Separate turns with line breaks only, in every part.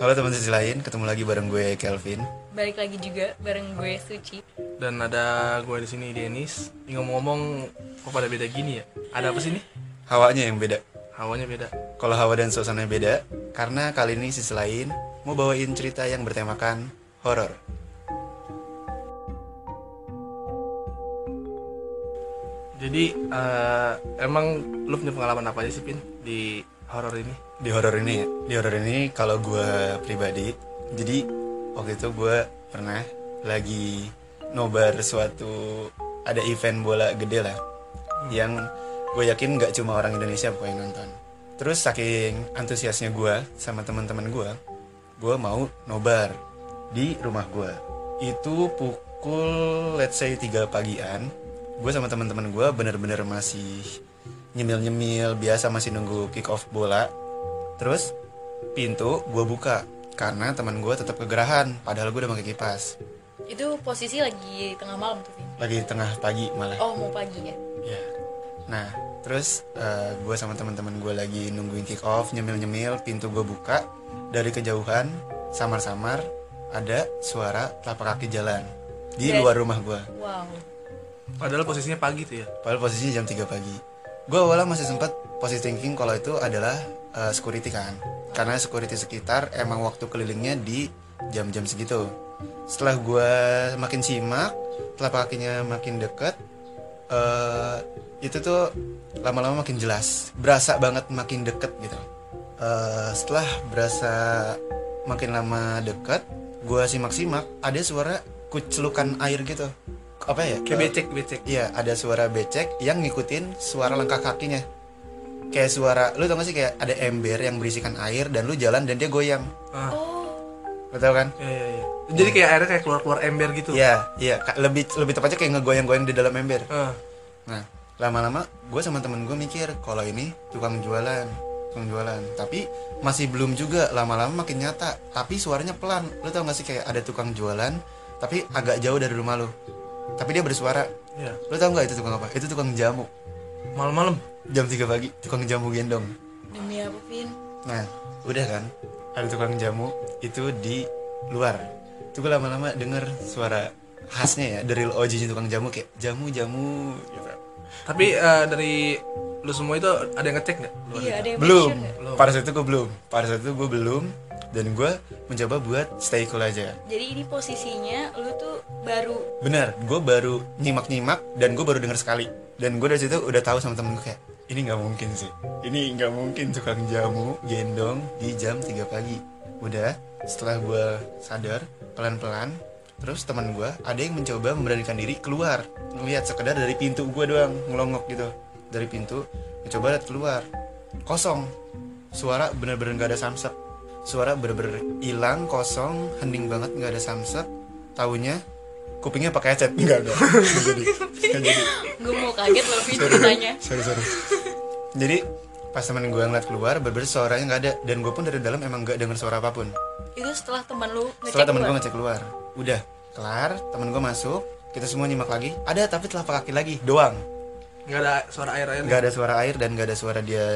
Halo teman sisi lain, ketemu lagi bareng gue Kelvin.
balik lagi juga bareng gue Suci.
dan ada gue di sini Denis. Ini Ngomong-ngomong kok pada beda gini ya? Ada apa sih nih?
Hawanya yang beda.
Hawanya beda.
Kalau hawa dan suasananya beda, karena kali ini sisi lain mau bawain cerita yang bertemakan horor.
Jadi eh, emang lu punya pengalaman apa aja sih Pin di horor ini?
Di horor ini, ya, di horor ini kalau gue pribadi, jadi waktu itu gue pernah lagi nobar suatu ada event bola gede lah, yang gue yakin nggak cuma orang Indonesia pokoknya yang nonton. Terus saking antusiasnya gue sama teman-teman gue, gue mau nobar di rumah gue itu pukul let's say 3 pagian gue sama teman-teman gue bener-bener masih nyemil-nyemil biasa masih nunggu kick off bola terus pintu gue buka karena teman gue tetap kegerahan padahal gue udah pakai kipas
Itu posisi lagi tengah malam tuh, Vin.
lagi tengah pagi malah
Oh, mau pagi ya.
Ya. Nah, terus gue sama teman-teman gue lagi nungguin kick off, nyemil-nyemil, pintu gue buka dari kejauhan, samar-samar ada suara telapak kaki jalan di
Yes.
luar rumah gue.
Wow.
Padahal posisinya pagi tuh ya.
Padahal posisinya jam 3 pagi. Gue awalnya masih sempat positive thinking kalau itu adalah eh, security kan. Karena security sekitar emang waktu kelilingnya di jam-jam segitu. Setelah gue makin simak, telapak kakinya makin deket, eh, itu tuh lama-lama makin jelas. Berasa banget makin deket gitu. Eh, setelah berasa makin lama deket, gue simak-simak ada suara kucelukan air gitu. Apa ya?
Kayak
Eh,
becek becek.
Iya, ada suara becek yang ngikutin suara langkah kakinya. Kayak suara, lu tau gak sih kayak ada ember yang berisikan air dan lu jalan dan dia goyang.
Ah,
Oh,
Lu tau kan?
iya, iya, iya. Jadi kayak airnya kayak keluar keluar ember gitu.
Iya, iya, ka- lebih lebih tepatnya kayak ngegoyang-goyang di dalam ember.
Ah,
Nah, lama-lama gue sama temen gue mikir kalau ini tukang jualan, tukang jualan. Tapi masih belum juga lama-lama makin nyata. Tapi suaranya pelan. Lu tau gak sih kayak ada tukang jualan tapi agak jauh dari rumah lu. Tapi dia bersuara.
iya.
Lu tau gak itu tukang apa? Itu tukang jamu.
Malam-malam.
Jam 3 pagi, tukang jamu gendong.
demi apa, Vin?
Nah, udah kan? Ada tukang jamu itu di luar. Itu gue lama-lama denger suara khasnya ya dari OG-nya tukang jamu kayak jamu jamu gitu.
Tapi eh, dari lu semua itu ada yang ngecek nggak? Luar
Iya,
itu?
ada yang
Belum.
mention nggak?
Belum.
Pada saat itu gue belum. Pada saat itu gue belum dan gue mencoba buat stay cool aja.
Jadi ini posisinya lu tuh baru
Bener, gue baru nyimak-nyimak dan gue baru denger sekali. Dan gue dari situ udah tahu sama temen gue kayak ini nggak mungkin sih. Ini nggak mungkin tukang jamu gendong di jam 3 pagi. Udah, setelah gue sadar pelan-pelan, terus teman gue ada yang mencoba memberanikan diri keluar, ngelihat sekedar dari pintu gue doang ngelongok gitu dari pintu, mencoba lihat keluar, kosong. Suara bener-bener nggak ada samsek. Suara bener-bener hilang, kosong, hening banget nggak ada samsek. Taunya kupingnya pakai headset enggak enggak Nggak jadi Nggak jadi
gue mau kaget loh Vin ceritanya.
sorry sorry jadi pas temen gue ngeliat keluar berber suaranya nggak ada dan gue pun dari dalam emang nggak denger suara apapun
Itu setelah teman lu ngecek
setelah temen gue
keluar.
ngecek keluar udah kelar temen gue masuk kita semua nyimak lagi ada tapi telapak kaki lagi doang
Nggak ada suara air air.
nggak ada suara air dan nggak ada suara dia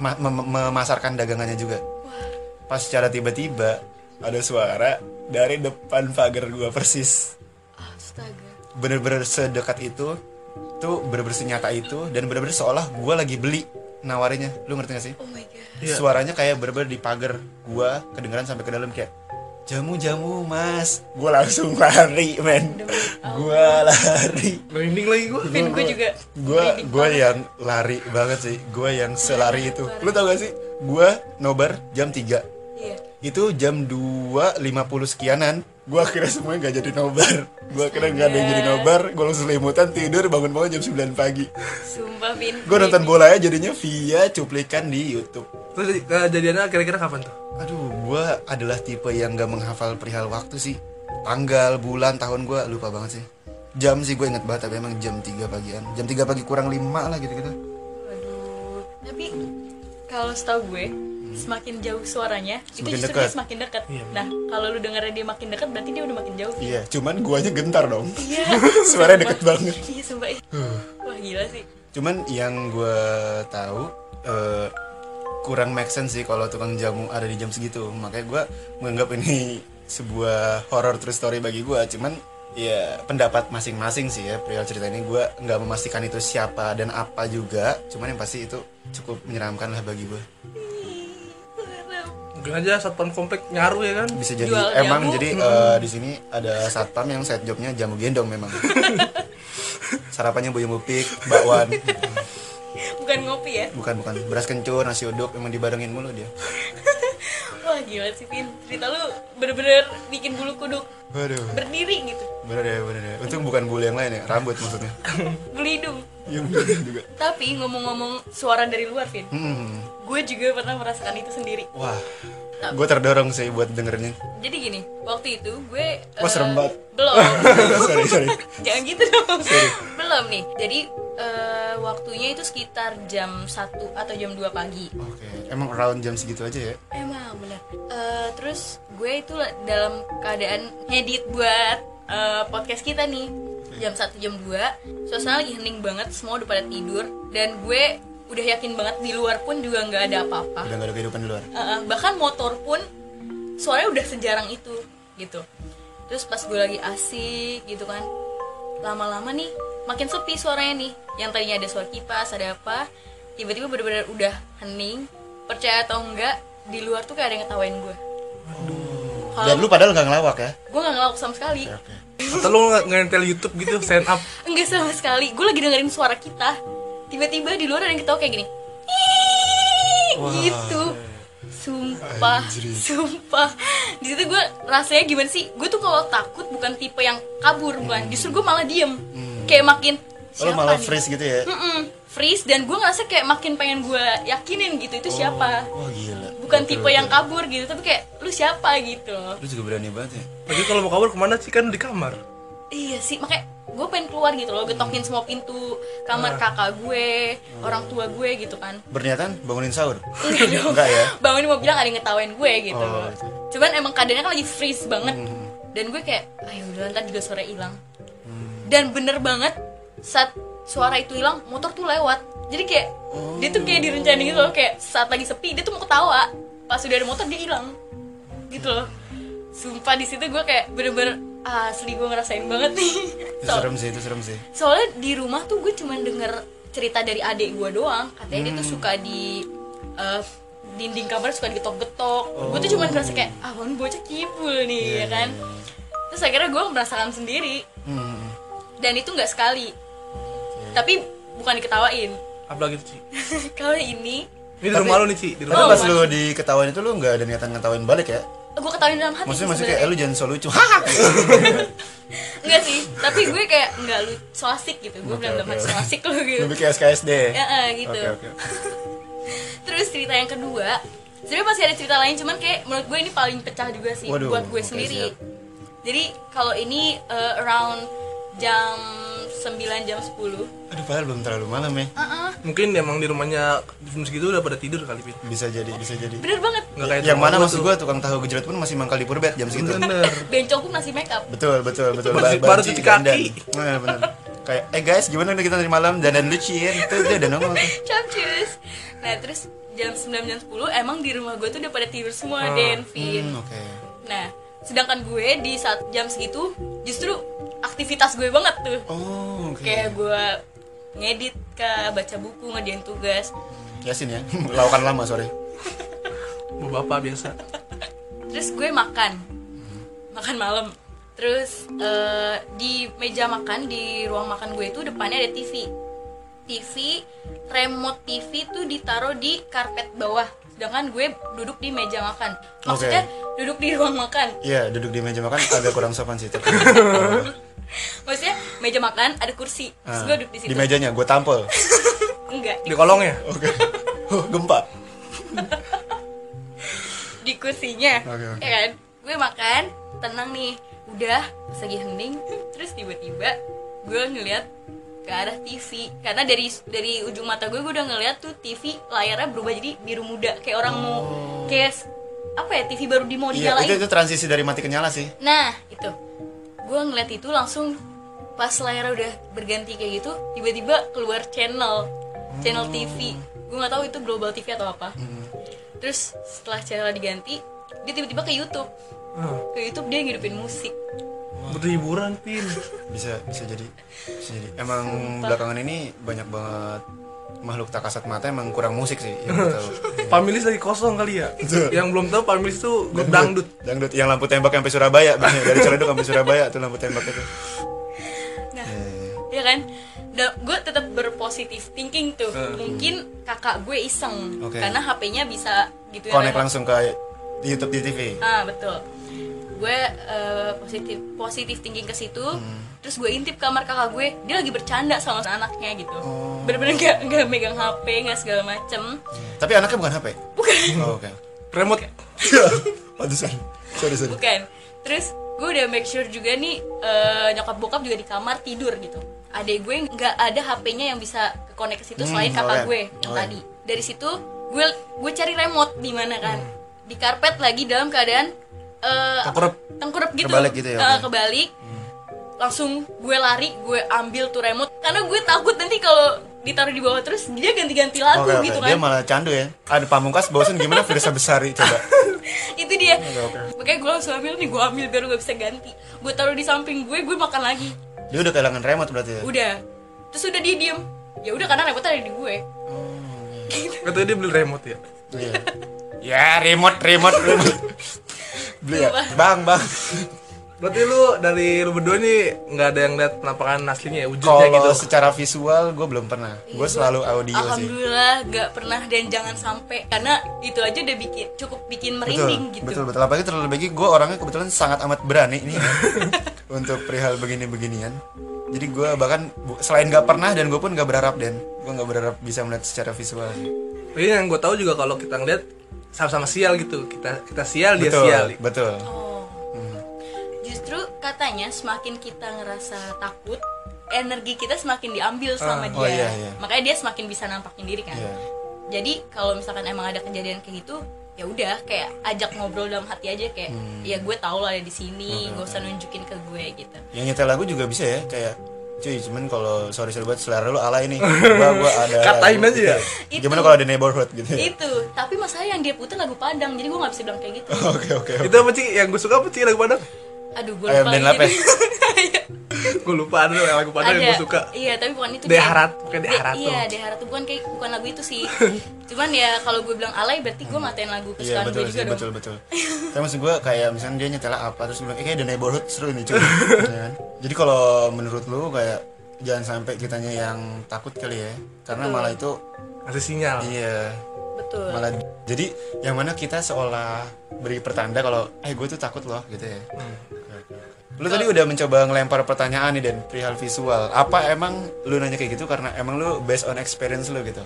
ma- mem- memasarkan dagangannya juga pas secara tiba-tiba ada suara dari depan pagar gue persis
Astaga.
bener-bener sedekat itu tuh bener-bener senyata itu dan bener-bener seolah gue lagi beli nawarinnya lu ngerti gak sih
Oh my god.
Iya.
suaranya kayak bener-bener di pagar gue kedengeran sampai ke dalam kayak jamu jamu mas gue langsung lari men
Demi
gue lari
Merinding lagi gue.
Vin gue juga.
gue gue yang lari banget sih gue yang selari itu lu tau gak sih gue nobar jam 3
Iya.
itu jam 2.50 sekianan gua kira semuanya nggak jadi nobar gua kira nggak ada yang jadi nobar gua langsung selimutan tidur bangun bangun jam 9 pagi
Sumpah Vin.
gua nonton bolanya jadinya via cuplikan di YouTube
Terus eh, jadiannya kira-kira kapan tuh?
aduh gua adalah tipe yang nggak menghafal perihal waktu sih tanggal bulan tahun gua lupa banget sih jam sih gue inget banget tapi emang jam 3 pagian jam 3 pagi kurang 5 lah gitu gitu
Waduh. Tapi kalau setahu gue semakin jauh suaranya
Semakin
itu justru
dekat.
dia semakin dekat.
Iya,
nah, kalau lu dengerin dia makin dekat berarti dia udah makin jauh. Vin.
iya cuman guanya gentar dong
Iya.
Suaranya deket banget.
Iya sumpah. Wah gila sih.
cuman yang gue tahu eh, kurang make sense sih kalau tukang jamu ada di jam segitu makanya gue menganggap ini sebuah horror true story bagi gue cuman ya pendapat masing-masing sih ya perihal cerita ini gue nggak memastikan itu siapa dan apa juga cuman yang pasti itu cukup menyeramkan lah bagi gue
Mungkin aja satpam komplek nyaru ya kan.
bisa jadi
Jual
emang
jamu.
jadi eh, di sini ada satpam yang set jobnya jamu gendong memang sarapannya buyung upik bakwan
Bukan ngopi ya?
bukan bukan beras kencur nasi uduk emang dibarengin mulu dia
Wah gila sih Pin, cerita lu bener-bener bikin bulu kuduk
waduh
berdiri gitu,
bener ya bener ya untung bukan bulu yang lain ya rambut maksudnya
bulu hidung.
yang bener juga
Tapi ngomong-ngomong suara dari luar Pin,
hmm.
gue juga pernah merasakan itu sendiri.
wah gue terdorong sih buat dengerin
Jadi gini, waktu itu gue
Wah,
eh,
serem banget.
Belum.
sorry sorry
Jangan gitu dong. Belum nih. Jadi eh, waktunya itu sekitar jam 1 atau jam 2 pagi.
oke emang around jam segitu aja ya
Emang bener. Eh, terus gue itu la- dalam keadaan ngedit buat eh, podcast kita nih jam 1 jam 2 suasana lagi hening banget semua udah pada tidur dan gue udah yakin banget di luar pun juga nggak ada apa-apa
udah gak ada kehidupan di luar
Uh, bahkan motor pun suaranya udah sejarang itu gitu terus pas gue lagi asik gitu kan lama-lama nih makin sepi suaranya nih yang tadinya ada suara kipas ada apa tiba-tiba bener-bener udah hening percaya atau enggak di luar tuh kayak ada yang ngetawain gue
dan lu Ya. padahal gak ngelawak ya
gue nggak ngelawak sama sekali
oke oke
Atau lu nge- ngentel YouTube gitu sign up.
enggak sama sekali gue lagi dengerin suara kita tiba-tiba di luar ada yang ketawa kayak gini gitu
iya.
sumpah
Anjrit.
sumpah di situ gue rasanya gimana sih gue tuh kalau takut bukan tipe yang kabur bukan justru gue malah diem kayak makin
Hmm. Oh, lu
siapa
malah
nih?" Hmm,
freeze gitu ya
Mm-mm, freeze dan gue ngerasa kayak makin pengen gue yakinin gitu itu siapa
wah gila
bukan
Oh. Oke,
tipe
oke.
yang kabur gitu tapi kayak lu siapa gitu loh
lu juga berani banget ya
Lagi kalau mau kabur kemana sih kan di kamar.
Iya sih, makanya gue pengen keluar gitu loh,
Hmm.
getokin semua pintu
Ah.
kamar kakak gue, orang tua gue gitu kan.
berniatan bangunin sahur
Enggak dong.
Hmm. enggak ya
Bangun mau bilang ada yang ngetawain gue gitu.
Oh, Hmm. itu.
Cuman emang keadaannya kan lagi freeze banget. Dan gue kayak, ayo udah ntar juga suara hilang.
Hmm.
Dan bener banget saat suara itu hilang, motor tuh lewat. Jadi kayak dia tuh kayak direncanain gitu loh, kayak saat lagi sepi dia tuh mau ketawa. Pas udah ada motor dia hilang. Gitu loh. Sumpah di situ gue kayak bener-bener "Ah, asli gue ngerasain banget nih.
itu
So-
serem sih itu serem sih
soalnya di rumah tuh gue cuman denger cerita dari adik gue doang katanya dia
Hmm.
tuh suka di eh, dinding kamar suka digetok-getok
Oh.
gue tuh cuman ngerasa kayak ah bangun bocah kibul
Iya,
nih ya kan terus akhirnya gue merasakan sendiri
hmm.
dan itu nggak sekali tapi bukan diketawain
Apa gitu, Ci?
kalau ini
Ini di
Tapi-
rumah lu nih, Ci. Di
Tapi
rumah.
Oh.
lu.
pas lu diketawain itu lu nggak ada niatan ngetawain balik ya?
gue ketawain dalam hati
Maksudnya
sih
maksudnya kayak "Eh,
sebenarnya.
lu jangan so lucu. Hahaha.
Nggak sih tapi gue kayak nggak lu so asik gitu gue
Oke,
bilang dalam
oke,
hati
oke.
so asik lu gitu
Lebih kayak SKSD.
ya eh, gitu
Oke oke. oke.
Terus cerita yang kedua, sebenarnya masih ada cerita lain cuman kayak menurut gue ini paling pecah juga sih
Waduh,
buat gue
oke,
sendiri.
siap.
Jadi kalau ini eh, around jam 9 jam 10.
Aduh padahal belum terlalu malam ya.
Heeh,
Mungkin emang di rumahnya jam segitu udah pada tidur kali, Pin.
Bisa jadi bisa jadi.
bener banget.
Nggak kayak
Yang
rumah
mana
gua
maksud
tuh.
gua tukang tahu gejrot pun masih mangkal di purbet jam segitu.
Bener.
Bencong pun masih make up.
Betul betul betul. Ba-
Baru- baru
banci,
cuci kaki.
dandan. Nah, benar. Kayak eh guys gimana nih kita dari malam dan dan lucin itu dia udah nongol tuh.
Capcus. Nah, terus jam 9 jam 10 emang di rumah gue tuh udah pada tidur semua,
Ah,
Den, Vin.
Hmm, oke.
Nah, sedangkan gue di saat jam segitu justru aktivitas gue banget tuh.
Oh oke.
Kayak gue ngedit kah, baca buku, ngerjain tugas.
Yasin ya. Lawakan lama sore.
Bapak biasa.
terus gue makan makan malam terus eh, di meja makan di ruang makan gue itu depannya ada TV TV remote TV tuh ditaruh di karpet bawah sedangkan gue duduk di meja makan maksudnya duduk di ruang makan
Iya duduk di meja makan agak kurang sopan sih. tapi-
maksudnya meja makan ada kursi terus
Ah,
gue duduk di situ
Di mejanya gue tampol.
enggak
Di ya? kolongnya.
Oke. Huh, Gempa.
di kursinya
Oke, oke.
ya kan gue makan tenang nih udah segi hening terus tiba-tiba gue ngeliat ke arah TV karena dari dari ujung mata gue gue udah ngeliat tuh TV layarnya berubah jadi biru muda kayak orang mau kayak s- apa ya TV baru di mau
Oh. Iya,
dinyalain
itu, itu transisi dari mati ke nyala sih.
nah itu gue ngeliat itu langsung pas layarnya udah berganti kayak gitu tiba-tiba keluar channel channel TV gue nggak tahu itu global TV atau apa
Hmm.
terus setelah channelnya diganti dia tiba-tiba ke YouTube
Ah,
ke YouTube dia ngidupin musik
berhiburan pin
bisa bisa jadi bisa jadi emang
Sumpah.
belakangan ini banyak banget makhluk tak kasat mata emang kurang musik sih yang gue tahu
Pamilis lagi kosong kali ya
Betul.
yang belum tahu Pamilis tuh grup dangdut
dangdut yang lampu tembak sampai Surabaya bener. dari Ciledug sampai Surabaya tuh lampu tembak itu
nah
Eh,
ya kan gue tetap berpositif thinking tuh
Hmm.
mungkin kakak gue iseng
Oke.
karena HP-nya bisa gitu
connect
remote.
langsung ke YouTube di TV
ah betul gue eh, positif positif thinking ke situ terus gue intip kamar kakak gue dia lagi bercanda sama anaknya gitu
Oh.
bener-bener nggak nggak megang hp nggak segala macem
tapi anaknya bukan HP
bukan
oh, oke
remote
Pantesan. sorry sorry
bukan terus gue udah make sure juga nih eh, nyokap bokap juga di kamar tidur gitu adek gue nggak ada hp-nya yang bisa connect ke situ
Hmm,
selain
oke.
kakak gue yang
Oke.
tadi dari situ gue gue cari remote di mana kan
Hmm.
di karpet lagi dalam keadaan eh,
Tengkurap.
tengkurap gitu
Kebalik gitu ya,
Eh,
oke. Hmm.
kebalik langsung gue lari gue ambil tuh remote karena gue takut nanti kalau ditaruh di bawah terus dia ganti-ganti lagu
Oke, oke.
gitu
dia
kan
malah candu ya ada pamungkas bosen gimana Firsa Besari coba
itu dia
Hmm, oke.
makanya gue langsung ambil nih gue ambil biar gue bisa ganti gue taruh di samping gue gue makan lagi
dia udah kehilangan remote berarti ya?
udah terus udah dia diem ya udah karena remote ada di gue
katanya dia beli remote ya
Iya. ya remote remote remote beli ya bang bang
berarti lu dari lu berdua nih nggak ada yang lihat penampakan aslinya ya wujudnya
kalau
gitu
secara visual gue belum pernah gue selalu audio sih
Iya. alhamdulillah nggak pernah dan jangan sampai karena itu aja udah bikin cukup bikin merinding gitu
betul betul apalagi terlalu bagi gue orangnya kebetulan sangat amat berani nih ya, untuk perihal begini beginian jadi gue bahkan bu- selain gak pernah dan gue pun gak berharap dan gue gak berharap bisa melihat secara visual sih.
Tapi Iya, yang gue tahu juga kalau kita ngeliat sama-sama sial gitu kita kita sial dia
betul
sial iya.
betul
Oh. justru katanya semakin kita ngerasa takut energi kita semakin diambil sama dia
oh iya, iya.
makanya dia semakin bisa nampakin diri kan
Iya.
jadi kalau misalkan emang ada kejadian kayak gitu ya udah kayak ajak ngobrol dalam hati aja kayak
Hmm.
ya gue tau lo ada di sini gak usah nunjukin ke gue gitu
yang nyetel lagu juga bisa ya kayak cuy cuman kalau sorry sorry buat selera lu ala ini gua gua ada
Katain
lagu
aja
gitu
ya?
Itu.
gimana kalau ada neighborhood gitu ya?
itu tapi masalahnya yang dia puter lagu padang jadi gue nggak bisa bilang kayak gitu
oke oke oke.
itu apa sih yang gue suka apa sih lagu padang
aduh gue
Ayam
lupa
dan
lagi
lape.
jadi.
gue lupa ada lagu padang yang gue suka
iya tapi bukan itu
Deharat, bukan
De-
Deharat tuh.
iya deharat tuh bukan kayak bukan lagu itu sih cuman ya kalau gue bilang alay berarti gue matain lagu
Iya
kesukaan
betul
kan gue
sih
juga
betul
dong Iya.
betul. Tapi maksud gue kayak misalnya dia nyetel apa terus bilang eh kayak The Neighborhood seru nih cuy. Ya kan? Jadi kalau menurut lu kayak jangan sampai kitanya yang takut kali ya karena malah itu
ngasih sinyal
iya
betul
malah jadi yang mana kita seolah beri pertanda kalau eh gue tuh takut loh gitu ya.
Hmm.
Oke, oke, oke. Lu tadi udah mencoba ngelempar pertanyaan nih dan perihal visual. Apa emang lu nanya kayak gitu karena emang lu based on experience lu gitu?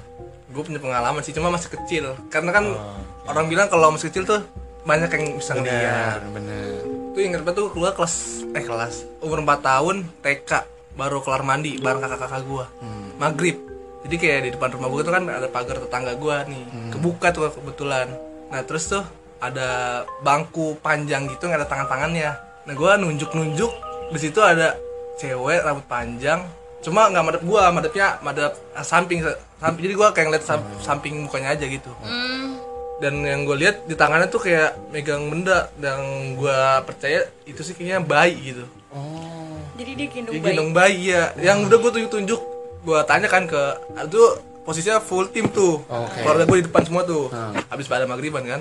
gue punya pengalaman sih cuma masih kecil karena kan
Oh, iya.
orang bilang kalau masih kecil tuh banyak yang bisa ngeliat
bener.
tuh yang kedua tuh keluar kelas eh kelas umur 4 tahun TK baru kelar mandi bareng kakak-kakak gua maghrib jadi kayak di depan rumah gua tuh kan ada pagar tetangga gua nih kebuka tuh kebetulan nah terus tuh ada bangku panjang gitu nggak ada tangan-tangannya nah gua nunjuk-nunjuk di situ ada cewek rambut panjang cuma nggak madep gua madepnya madep eh, samping samping jadi gua kayak ngeliat sam- samping mukanya aja gitu
Hmm,
dan yang gue lihat di tangannya tuh kayak megang benda yang gue percaya itu sih kayaknya bayi gitu
Oh.
jadi dia gendong
dia
bayi
gendong bayi ya yang udah gue tunjuk tunjuk gue tanya kan ke itu posisinya full tim tuh
Oke.
keluarga gue di depan semua tuh
Hmm.
habis pada maghriban kan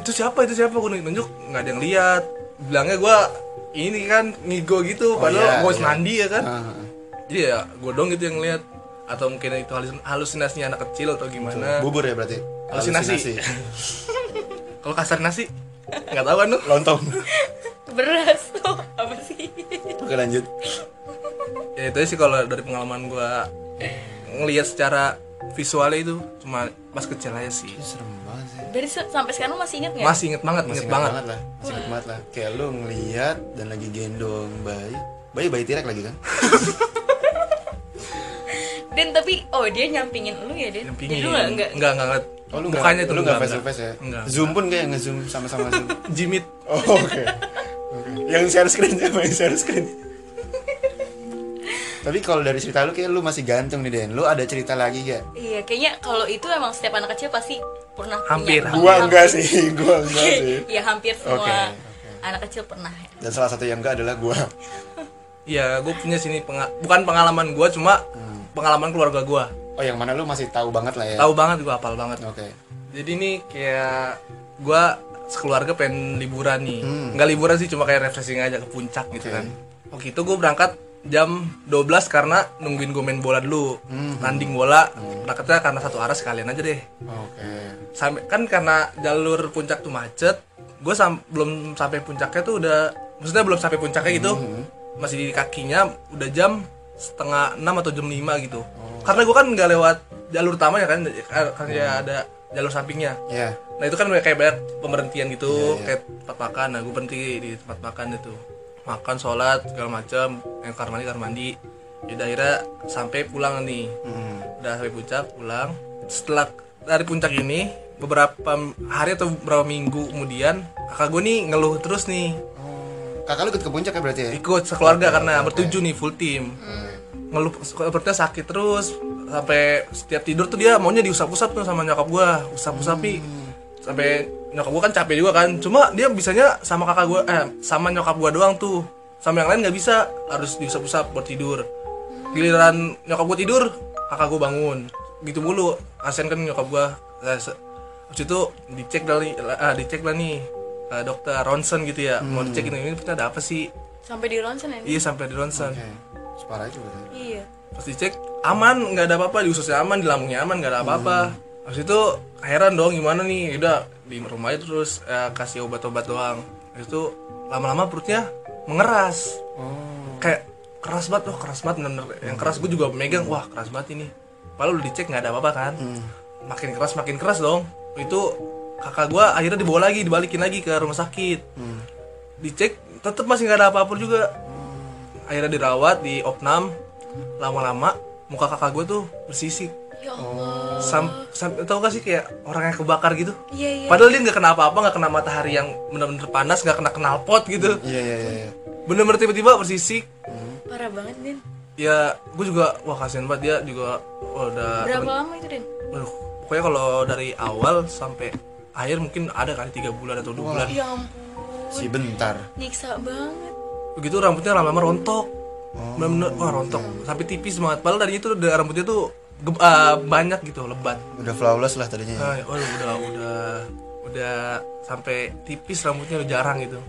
itu siapa itu siapa gue nunjuk nggak ada yang lihat bilangnya gue ini kan ngigo
Oh,
gitu
iya,
padahal mau
iya.
mandi ya kan
Ah,
jadi ya gue dong gitu yang lihat atau mungkin itu halus- halusinasinya anak kecil atau gimana
bubur ya berarti.
Halusinasi. kalau kasar nasi nggak tahu kan lu
Lontong.
beras tuh apa sih
Oke lanjut.
ya itu aja sih kalau dari pengalaman gua ngelihat secara visualnya itu cuma pas kecil aja sih
Serem banget sih.
dari se- sampai sekarang masih inget nggak
masih inget banget
Masih
inget
ingat
banget,
banget. lah, masih ingat banget lah. Kayak lu ngeliat dan lagi gendong bayi, bayi bayi tirek lagi kan?
dan tapi oh dia nyampingin lu ya dia jadi
yang pingin
lu
nggak
nggak nggak
nggak ngeliat
Oh lu
mukanya
nggak-
tuh
lu nggak
nggak,
face to face ya?
Nggak.
Zoom pun kayak ngezoom sama-sama zoom.
jimit
Oh, Oke. Oke. Yang share screen sama yang share screen. Tapi kalau dari cerita lu kayak lu masih gantung nih Den. Lu ada cerita lagi gak?
Iya, kayaknya kalau itu emang setiap anak kecil pasti pernah
Hampir.
punya.
Gua enggak sih, gua enggak sih.
Iya, hampir semua
Oke,
anak kecil pernah. ya.
Dan salah satu yang enggak adalah gua.
Iya, gue punya sini penga- bukan pengalaman gue, cuma
Hmm.
pengalaman keluarga gue.
Oh, yang mana lu masih tahu banget lah ya.
Tahu banget gue, hafal banget.
Oke.
Jadi ini kayak gue sekeluarga pengen liburan nih. Nggak liburan sih, cuma kayak refreshing aja ke puncak gitu
Oke.
kan. Waktu itu gue berangkat jam 12 karena nungguin gue main bola dulu. Tanding bola, berangkatnya karena satu arah sekalian aja deh.
Oke.
sampai kan karena jalur puncak tuh macet gue belum sampai puncaknya tuh udah maksudnya belum sampai puncaknya gitu masih di kakinya udah jam setengah enam atau jam lima gitu karena gue kan nggak lewat jalur utamanya kan kar- karena ya ada jalur sampingnya
Ya.
nah itu kan kayak banyak pemberhentian gitu kayak tempat makan nah gue berhenti di tempat makan itu makan sholat segala macam yang kamar mandi kamar mandi Yaudah, akhirnya sampai pulang nih
Hmm.
udah sampai puncak pulang setelah dari puncak ini beberapa hari atau beberapa minggu kemudian kakak gue nih ngeluh terus nih
Oh. Kakak lu ikut ke puncak ya berarti ya?
ikut sekeluarga karena bertujuh nih full team ngeluh sepertinya sakit terus sampai setiap tidur tuh dia maunya diusap-usap tuh sama nyokap gue usap-usapi sampai nyokap gue kan capek juga kan cuma dia bisanya sama kakak gue eh sama nyokap gue doang tuh sama yang lain nggak bisa harus diusap-usap buat tidur giliran nyokap gue tidur kakak gue bangun gitu mulu kasian kan nyokap gue Eh, se- Habis itu dicek lah nih, ah, dicek lah nih eh, dokter ronsen gitu ya mau dicek ini ini ada apa sih
Sampai di ronsen ini.
iya sampai di ronsen
Oke. Separah itu berarti.
Iya.
pas dicek aman nggak ada apa-apa di ususnya aman di lambungnya aman nggak ada apa-apa habis itu heran dong gimana nih Ya udah di rumah aja terus eh, kasih obat-obat doang habis itu lama-lama perutnya mengeras
Oh.
kayak keras banget oh keras banget bener yang keras gue juga megang wah keras banget ini padahal udah dicek nggak ada apa-apa kan makin keras makin keras dong itu kakak gue akhirnya dibawa lagi dibalikin lagi ke rumah sakit dicek tetap masih nggak ada apa-apa juga akhirnya dirawat di opnam lama-lama muka kakak gue tuh bersisik
Ya Allah.
sam, sam tau gak sih kayak orang yang kebakar gitu
Iya, iya.
padahal dia nggak kena apa-apa nggak kena matahari yang bener-bener panas nggak kena knalpot gitu
Iya iya iya. iya.
bener-bener tiba-tiba bersisik
Parah banget, Din.
ya gue juga wah kasihan banget dia juga wah, udah
Berapa lama itu, Din?
Aduh, pokoknya kalau dari awal sampai akhir mungkin ada kali tiga bulan atau dua bulan
Ya ampun.
Si bentar.
Nyiksa banget.
begitu rambutnya lama-lama rontok bener-bener wah rontok sampai tipis banget padahal dari itu udah rambutnya tuh ge- eh, banyak gitu lebat
Udah flawless lah tadinya. ya.
Nah, waduh, udah udah udah sampai tipis rambutnya udah jarang gitu.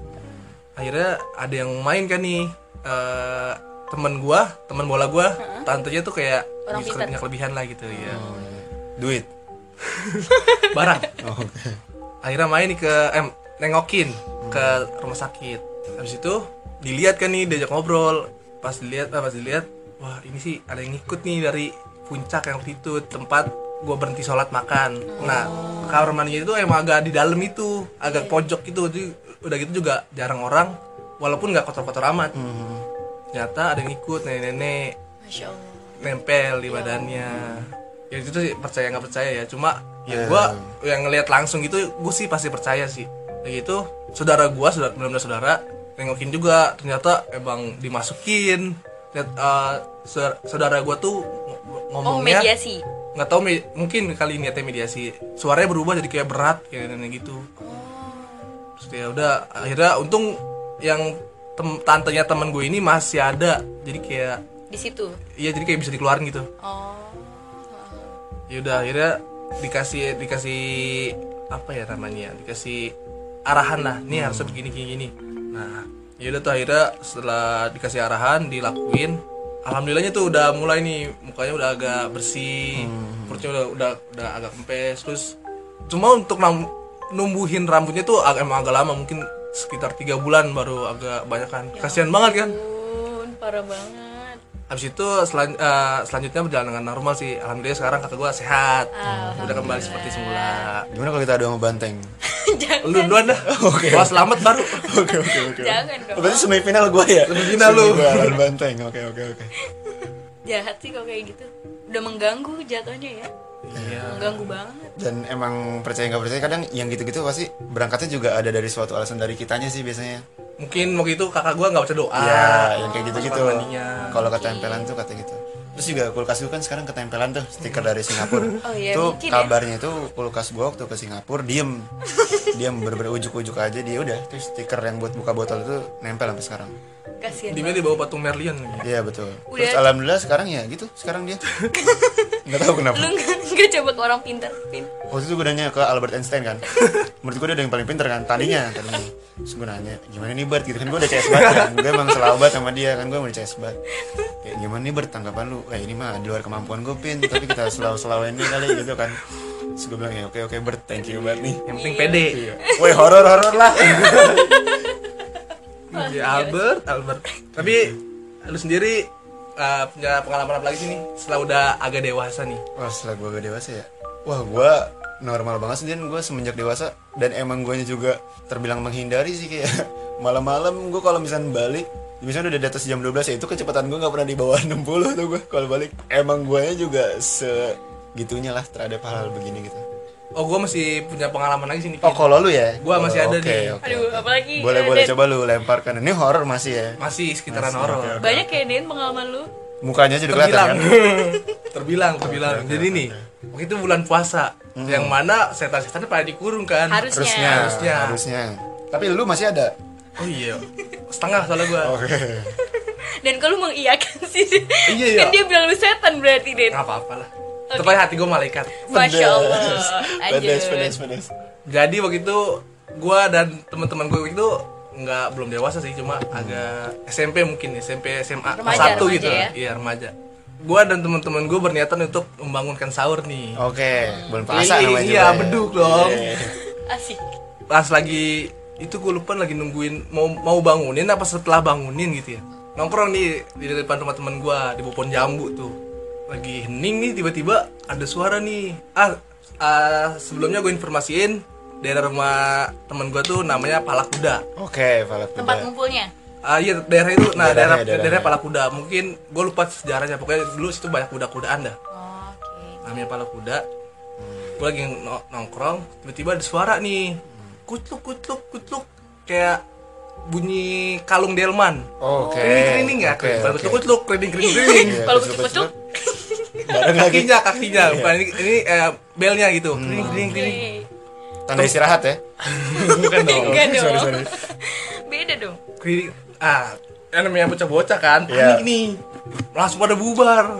Akhirnya ada yang main kan nih eh teman gua, teman bola gua, tantenya tuh kayak
Orang
"Ih,
pintar.
punya kelebihan lah gitu ya.
Oh, iya. Duit.
Barang.
Oh, Oke.
Akhirnya main nih ke em nengokin ke rumah sakit. Habis itu dilihat kan nih diajak ngobrol. Pas dilihat eh, pas dilihat, wah ini sih ada yang ngikut nih dari puncak yang waktu itu tempat gua berhenti sholat makan. Nah, kamar mandinya itu emang agak di dalam itu, agak pojok itu. Jadi udah gitu juga jarang orang walaupun nggak kotor-kotor amat. Ternyata ada yang ikut nenek-nenek
Masya Allah.
nempel di badannya ya itu sih percaya nggak percaya ya cuma
Ya.
gue yang ngelihat langsung gitu gue sih pasti percaya sih ya gitu saudara gue saudara benar saudara nengokin juga ternyata emang dimasukin Lihat, eh, saudara- saudara gue tuh ng-
Oh,
ngomongnya
mediasi.
nggak tahu me- mungkin kali niatnya mediasi suaranya berubah jadi kayak berat kayak nenek gitu Terus ya udah akhirnya untung yang tem- tantenya teman gue ini masih ada jadi kayak
Di situ.
iya jadi kayak bisa dikeluarin gitu
Oh.
ya udah akhirnya dikasih dikasih apa ya namanya dikasih arahan lah nih harusnya begini gini gini nah ya udah tuh akhirnya setelah dikasih arahan dilakuin alhamdulillahnya tuh udah mulai nih mukanya udah agak bersih perutnya udah udah udah agak kempes terus cuma untuk nam- numbuhin rambutnya tuh ag- emang agak lama mungkin sekitar tiga bulan baru agak banyak kan kasihan banget kan
Ampun, parah banget.
Habis itu selan- eh, selanjutnya berjalan dengan normal sih. Alhamdulillah sekarang kakak gua sehat. Udah kembali seperti semula.
Gimana kalau kita adu sama banteng?
jangan,
Lu duluan dah. Oke. Wah, selamat baru.
Oke oke oke.
jangan dong.
Oh, berarti semifinal gua ya?
Semifinal lu.
Gua lawan banteng. Oke oke oke.
Jahat sih kalau kayak gitu. Udah mengganggu jatuhnya ya.
Iya.
Mengganggu banget.
Dan emang percaya nggak percaya kadang yang gitu-gitu pasti berangkatnya juga ada dari suatu alasan dari kitanya sih biasanya.
mungkin waktu itu kakak gua nggak baca doa
Iya,
Ah,
yang kayak gitu-gitu.
Kamar mandinya.
Kalau ketempelan tuh kata gitu. Terus juga kulkas gue kan sekarang ketempelan tuh stiker dari Singapura.
Oh iya,
tuh
mungkin ya.
kabarnya itu kulkas gue waktu ke Singapura diem, diem berber ujuk-ujuk aja dia udah. Terus stiker yang buat buka botol itu nempel sampai sekarang.
kasihan
di mana dia bawa patung Merlion lagi.
Iya betul. Terus
Udah.
alhamdulillah sekarang ya gitu. Sekarang dia nggak tahu kenapa.
lu nggak nggak coba ke orang pintar pin
Waktu itu gue nanya ke Albert Einstein kan Menurut gue dia ada yang paling pinter kan Tadinya tadinya Terus gue nanya Gimana nih Bert gitu kan Gue udah CS banget kan Gue emang selalu banget sama dia kan Gue udah CS banget Kayak gimana nih Bert tanggapan lu Eh ini mah di luar kemampuan gue Pin Tapi kita selalu-selawain dia kali gitu kan Terus gue bilang ya oke oke Bert Thank you banget nih
yang penting pede
Woi horor-horor lah
Iya, Albert Albert tapi lu sendiri eh, punya pengalaman apa lagi sih nih setelah udah agak dewasa nih
Wah setelah gue gak dewasa ya Wah gue normal banget sih Dan gue semenjak dewasa Dan emang gue juga terbilang menghindari sih kayak Malam-malam gue kalau misalnya balik Misalnya udah di atas jam 12 ya itu kecepatan gue gak pernah di bawah 60 tuh gue kalau balik Emang gue juga segitunya lah terhadap hal-hal begini gitu
oh gua masih punya pengalaman lagi sih nih
Oh kalau lu ya?
Gua masih
Oh,
ada
oke,
nih.
oke,
Aduh,
oke.
apalagi, eh,
Boleh-boleh
Den.
coba lu lemparkan Ini horor masih ya?
masih sekitaran
Masih,
horor
oke, oke.
banyak ya Den pengalaman lu
Mukanya jadi kelihatan
terbilang
kan?
terbilang terbilang
oke,
jadi
oke, Hmm.
nih waktu itu bulan puasa yang mana setan-setan pada dikurung kan
Harus.
Harusnya,
Harusnya.
harusnya Tapi lu masih ada?
oh iya setengah soalnya gua
Oke
dan kalau mengiyakan sih
Iya, iya.
kan dia bilang lu setan berarti Den
nggak apa-apa lah Tepatnya hati gua malaikat
masya allah
Pedes. Pedes, pedes,
lanjut
pedes
jadi waktu itu gua dan teman-teman gua itu nggak belum dewasa sih cuma
Hmm.
agak SMP mungkin SMP SMA
Remaja,
satu
remaja
gitu
ya.
iya remaja gua dan teman-teman gua berniatan untuk membangunkan sahur nih
Oke, bulan puasa
Iya,
namanya
iya,
juga ya.
beduk dong.
Iya.
asik
pas lagi itu gue lupa lagi nungguin mau mau bangunin apa setelah bangunin gitu ya nongkrong nih di depan rumah teman gue di pohon jambu tuh lagi hening nih tiba-tiba ada suara nih ah, ah, sebelumnya gue informasiin daerah rumah teman gue tuh namanya Palak Kuda
Oke, Palak Kuda.
tempat ngumpulnya
Ah iya daerah itu nah
Daerahnya,
daerah daerah,
daerahnya.
Palak Kuda mungkin gue lupa sejarahnya pokoknya dulu situ banyak kuda-kudaan dah
Oh, oke
namanya Pala Kuda gue lagi no- nongkrong tiba-tiba ada suara nih kutluk kutluk kutluk kayak bunyi kalung delman
Oke.
kering kering nggak
oke,
kutluk
oke.
kutluk kutluk kering kering kering
Iya,
Kalau
kucuk,
kucuk-kucuk.
kucuk. Bareng lagi. Iya. Hmm.
kakinya kakinya bukan ini, ini eh, belnya gitu kering kering kering
Yeay.
Tanda istirahat ya.
bukan dong
enggak dong
Sorry, sorry.
beda dong
kering ah yang namanya bocah-bocah kan
Iya.
panik nih langsung pada bubar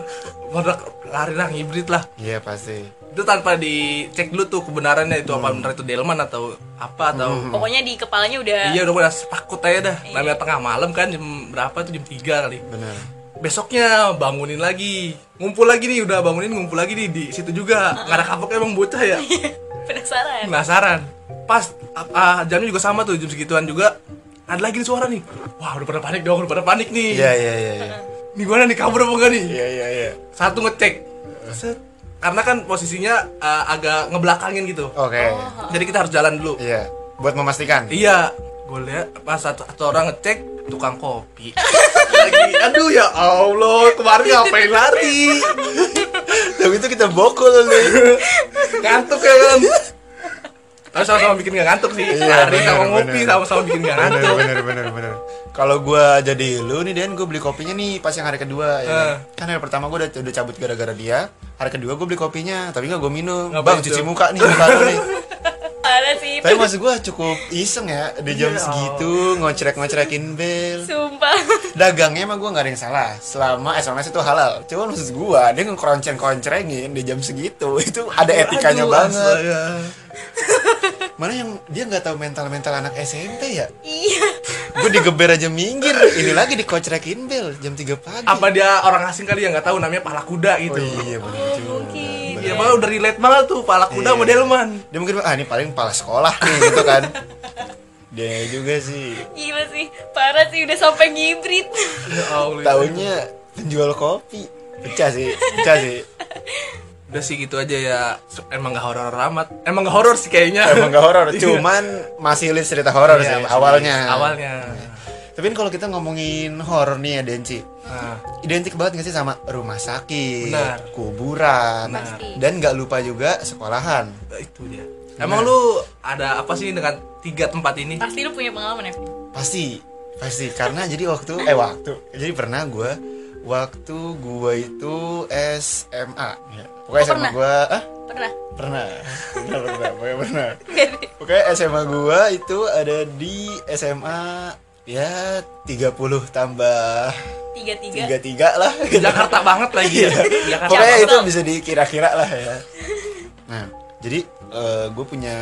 pada lari lah hibrid lah
Iya, pasti.
itu tanpa dicek dulu tuh kebenarannya itu
Hmm.
apa benar itu delman atau apa atau
pokoknya di kepalanya udah
Iya udah udah takut aja dah Namanya tengah malam kan jam berapa tuh jam 3 kali
Benar.
Besoknya bangunin lagi Ngumpul lagi nih udah bangunin ngumpul lagi nih di situ juga Nggak ada kapok emang bocah ya
Iya. penasaran
Penasaran Pas ah, ah, jamnya juga sama tuh jam segituan juga Ada lagi nih suara nih Wah udah pada panik dong udah pada panik nih
Iya, iya, iya, iya.
Nih gimana nih kabur apa enggak nih
Iya, iya, iya.
Satu ngecek Set. Karena kan posisinya ah, agak ngebelakangin gitu
Oke.
Oh.
Jadi kita harus jalan dulu
Iya. Buat memastikan.
Iya, gue lihat pas satu, satu orang ngecek tukang kopi. Lagi, aduh ya Allah, kemarin ngapain lari?
Tapi itu kita bokul nih.
Ngantuk ya kan? Tapi sama-sama bikin gak ngantuk sih.
Iya,
lari
bener,
sama ngopi,
bener.
sama-sama bikin gak
bener,
ngantuk.
bener, bener, bener. Kalau gua jadi lu nih Den, gue beli kopinya nih pas yang hari kedua ya.
Eh.
Kan hari pertama gua udah, udah cabut gara-gara dia. Hari kedua gua beli kopinya, tapi nggak gua minum. Bang
Ngapain
cuci
tuh?
muka nih, muka lu nih.
ada sih
Tapi maksud gue cukup iseng ya di jam
Iya.
segitu ngocrek-ngocrekin bel.
sumpah
Dagangnya mah gue nggak ada yang salah. Selama SMS itu halal. Cuman maksud gue dia ngekroncen-koncrengin di jam segitu itu ada etikanya
Aduh,
banget.
astaga.
Mana yang dia nggak tahu mental-mental anak SMP ya?
iya
Gue digeber aja minggir. Ini lagi dikocrekin bel jam 3 pagi.
Apa dia orang asing kali yang nggak tahu namanya pala
Oh
kuda gitu?
iya benar
Oh,
juga.
mungkin.
Benar.
Iya, malah udah relate banget tuh pala kuda sama
Iya.
delman.
Dia mungkin ah ini paling kepala sekolah nih gitu kan. Dia juga sih.
gila sih parah sih udah sampai ngibrit
Ya Allah.
Taunya penjual kopi. Pecah sih, pecah sih.
Udah sih gitu aja ya. Emang gak horor amat. Emang gak horor sih kayaknya.
emang gak horor
Iya.
cuman masih list cerita horor
Iya,
sih awalnya
Awalnya.
tapi kan kalau kita ngomongin horor nih ya Denci
Nah.
identik banget gak sih sama rumah sakit
Benar.
kuburan
Benar.
Pasti.
dan gak lupa juga sekolahan Nah.
Nah, itu dia. Emang lu ada apa sih dengan tiga tempat ini?
pasti lu punya pengalaman ya Vin?
pasti pasti karena jadi waktu eh waktu jadi pernah gue waktu gue itu SMA ya. pokoknya
Oh,
SMA
pernah?
gue ah
pernah
pernah pernah pernah pokoknya pernah pokoknya SMA gue itu ada di SMA ya 30 tambah
tiga tiga
33 lah
Jakarta banget lagi ya.
Iya.
Jakarta.
pokoknya
Iya, kan? Siapa
itu
tuh?
bisa dikira-kira lah ya nah jadi gue punya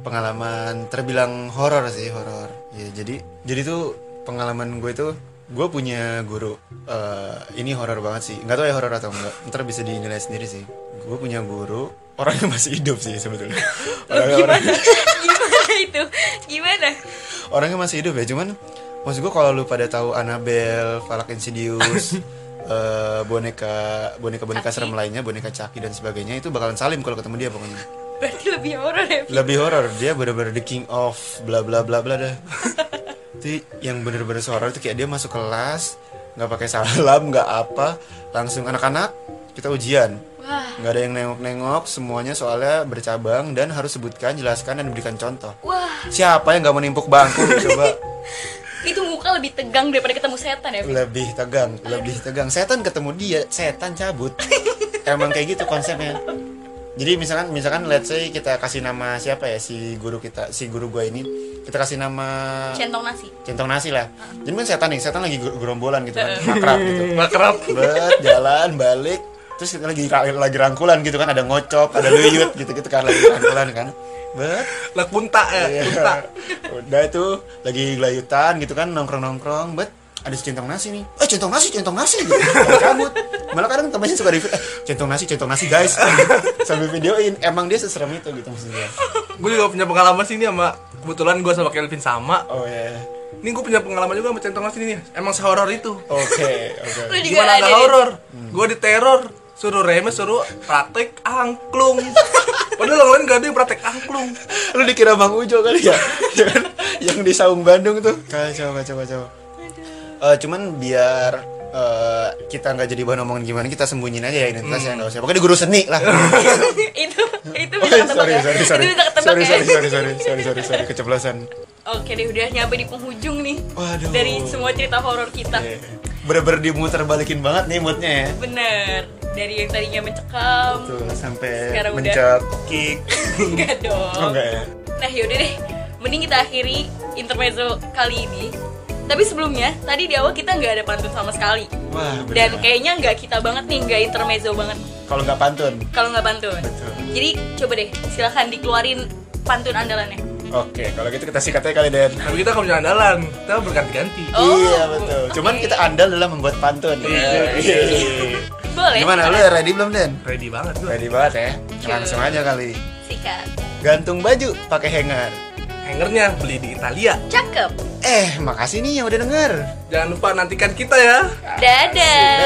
pengalaman terbilang horor sih horor ya jadi jadi tuh pengalaman gue tuh gue punya guru eh, ini horor banget sih nggak tahu ya horor atau enggak ntar bisa dinilai sendiri sih gue punya guru orangnya masih hidup sih sebetulnya orangnya,
gimana gimana itu gimana
orangnya masih hidup ya cuman maksud gue kalau lu pada tahu Annabelle, Falak Insidious, eh, boneka boneka boneka
Chucky.
serem lainnya, boneka Caki dan sebagainya itu bakalan salim kalau ketemu dia pokoknya.
berarti lebih horor ya
Lebih horor dia bener-bener the king of bla bla bla bla dah. itu yang bener-bener horor itu kayak dia masuk kelas nggak pakai salam nggak apa langsung anak-anak kita ujian
wah
nggak ada yang nengok-nengok semuanya soalnya bercabang dan harus sebutkan jelaskan dan berikan contoh
wah
siapa yang nggak menimpuk bangku coba
itu muka lebih tegang daripada ketemu setan ya Vi?
lebih tegang lebih tegang setan ketemu dia setan cabut emang kayak gitu konsepnya jadi misalkan misalkan let's say kita kasih nama siapa ya si guru kita si guru gua ini kita kasih nama
centong nasi
centong nasi lah jadi kan setan nih setan lagi ger- gerombolan gitu kan akrab gitu
Nggak kerap.
bet jalan balik terus kita lagi lagi rangkulan gitu kan ada ngocop ada luyut gitu gitu kan lagi rangkulan kan bet
Lah kunta ya, kunta.
Iya. Udah itu lagi gelayutan gitu kan nongkrong-nongkrong, bet ada si centong nasi nih. Eh centong nasi, centong nasi gitu. Jangan Cabut. Malah kadang temennya suka di eh, centong nasi, centong nasi guys. Sambil videoin emang dia seserem itu gitu maksudnya.
Gue juga punya pengalaman sini sama kebetulan gue sama Kelvin sama.
Oh ya.
Ini gue punya pengalaman juga sama centong nasi ini. Emang sehoror itu.
Oke,
lu
oke.
juga
Gimana
ada
nggak
Dit?
horor?
Hmm.
Gue diteror, suruh remes, suruh praktek angklung. Padahal orang lain gak ada yang praktek angklung.
Lu dikira Bang Ujo kali ya? Jangan yang di Saung Bandung tuh. Kacau, kacau, kacau. Eh, cuman biar eh, kita nggak jadi bahan omongan gimana kita sembunyiin aja ya identitasnya nggak usah pokoknya guru seni lah
itu itu
Oh,
bisa ketebak
sorry,
ya
sorry, sorry.
itu bisa ketebak
sorry,
ya
sorry, sorry, sorry, sorry, sorry, sorry, keceplosan.
oke deh udah nyampe di penghujung nih
Waduh.
dari semua cerita horor kita
Iya. Bener-bener dimuter balikin banget nih moodnya ya.
bener dari yang tadinya mencekam
Tuh, sampai
Sekarang udah.
mencet kick.
enggak dong
Oh, enggak ya?
Nah yaudah deh, mending kita akhiri intermezzo kali ini. Tapi sebelumnya, tadi di awal kita nggak ada pantun sama sekali.
Wah, bener.
Dan kayaknya nggak kita banget nih, nggak intermezzo banget
Kalau nggak pantun.
kalau nggak pantun.
Betul.
Jadi coba deh, silahkan dikeluarin pantun andalannya.
Oke, kalau gitu kita sikat aja kali, Den.
Tapi kita kalau punya andalan, kita berganti-ganti.
Oh,
iya, betul.
oke.
Cuman kita andal dalam membuat pantun.
Iya.
Iya.
Boleh.
Gimana, lu ready belum, Den?
Ready banget gue.
Ready banget ya. Langsung aja kali.
Sikat.
Gantung baju pakai hanger.
Hangernya beli di Italia.
Cakep.
Eh, makasih nih yang udah denger.
Jangan lupa nantikan kita ya.
Dadah. Iya.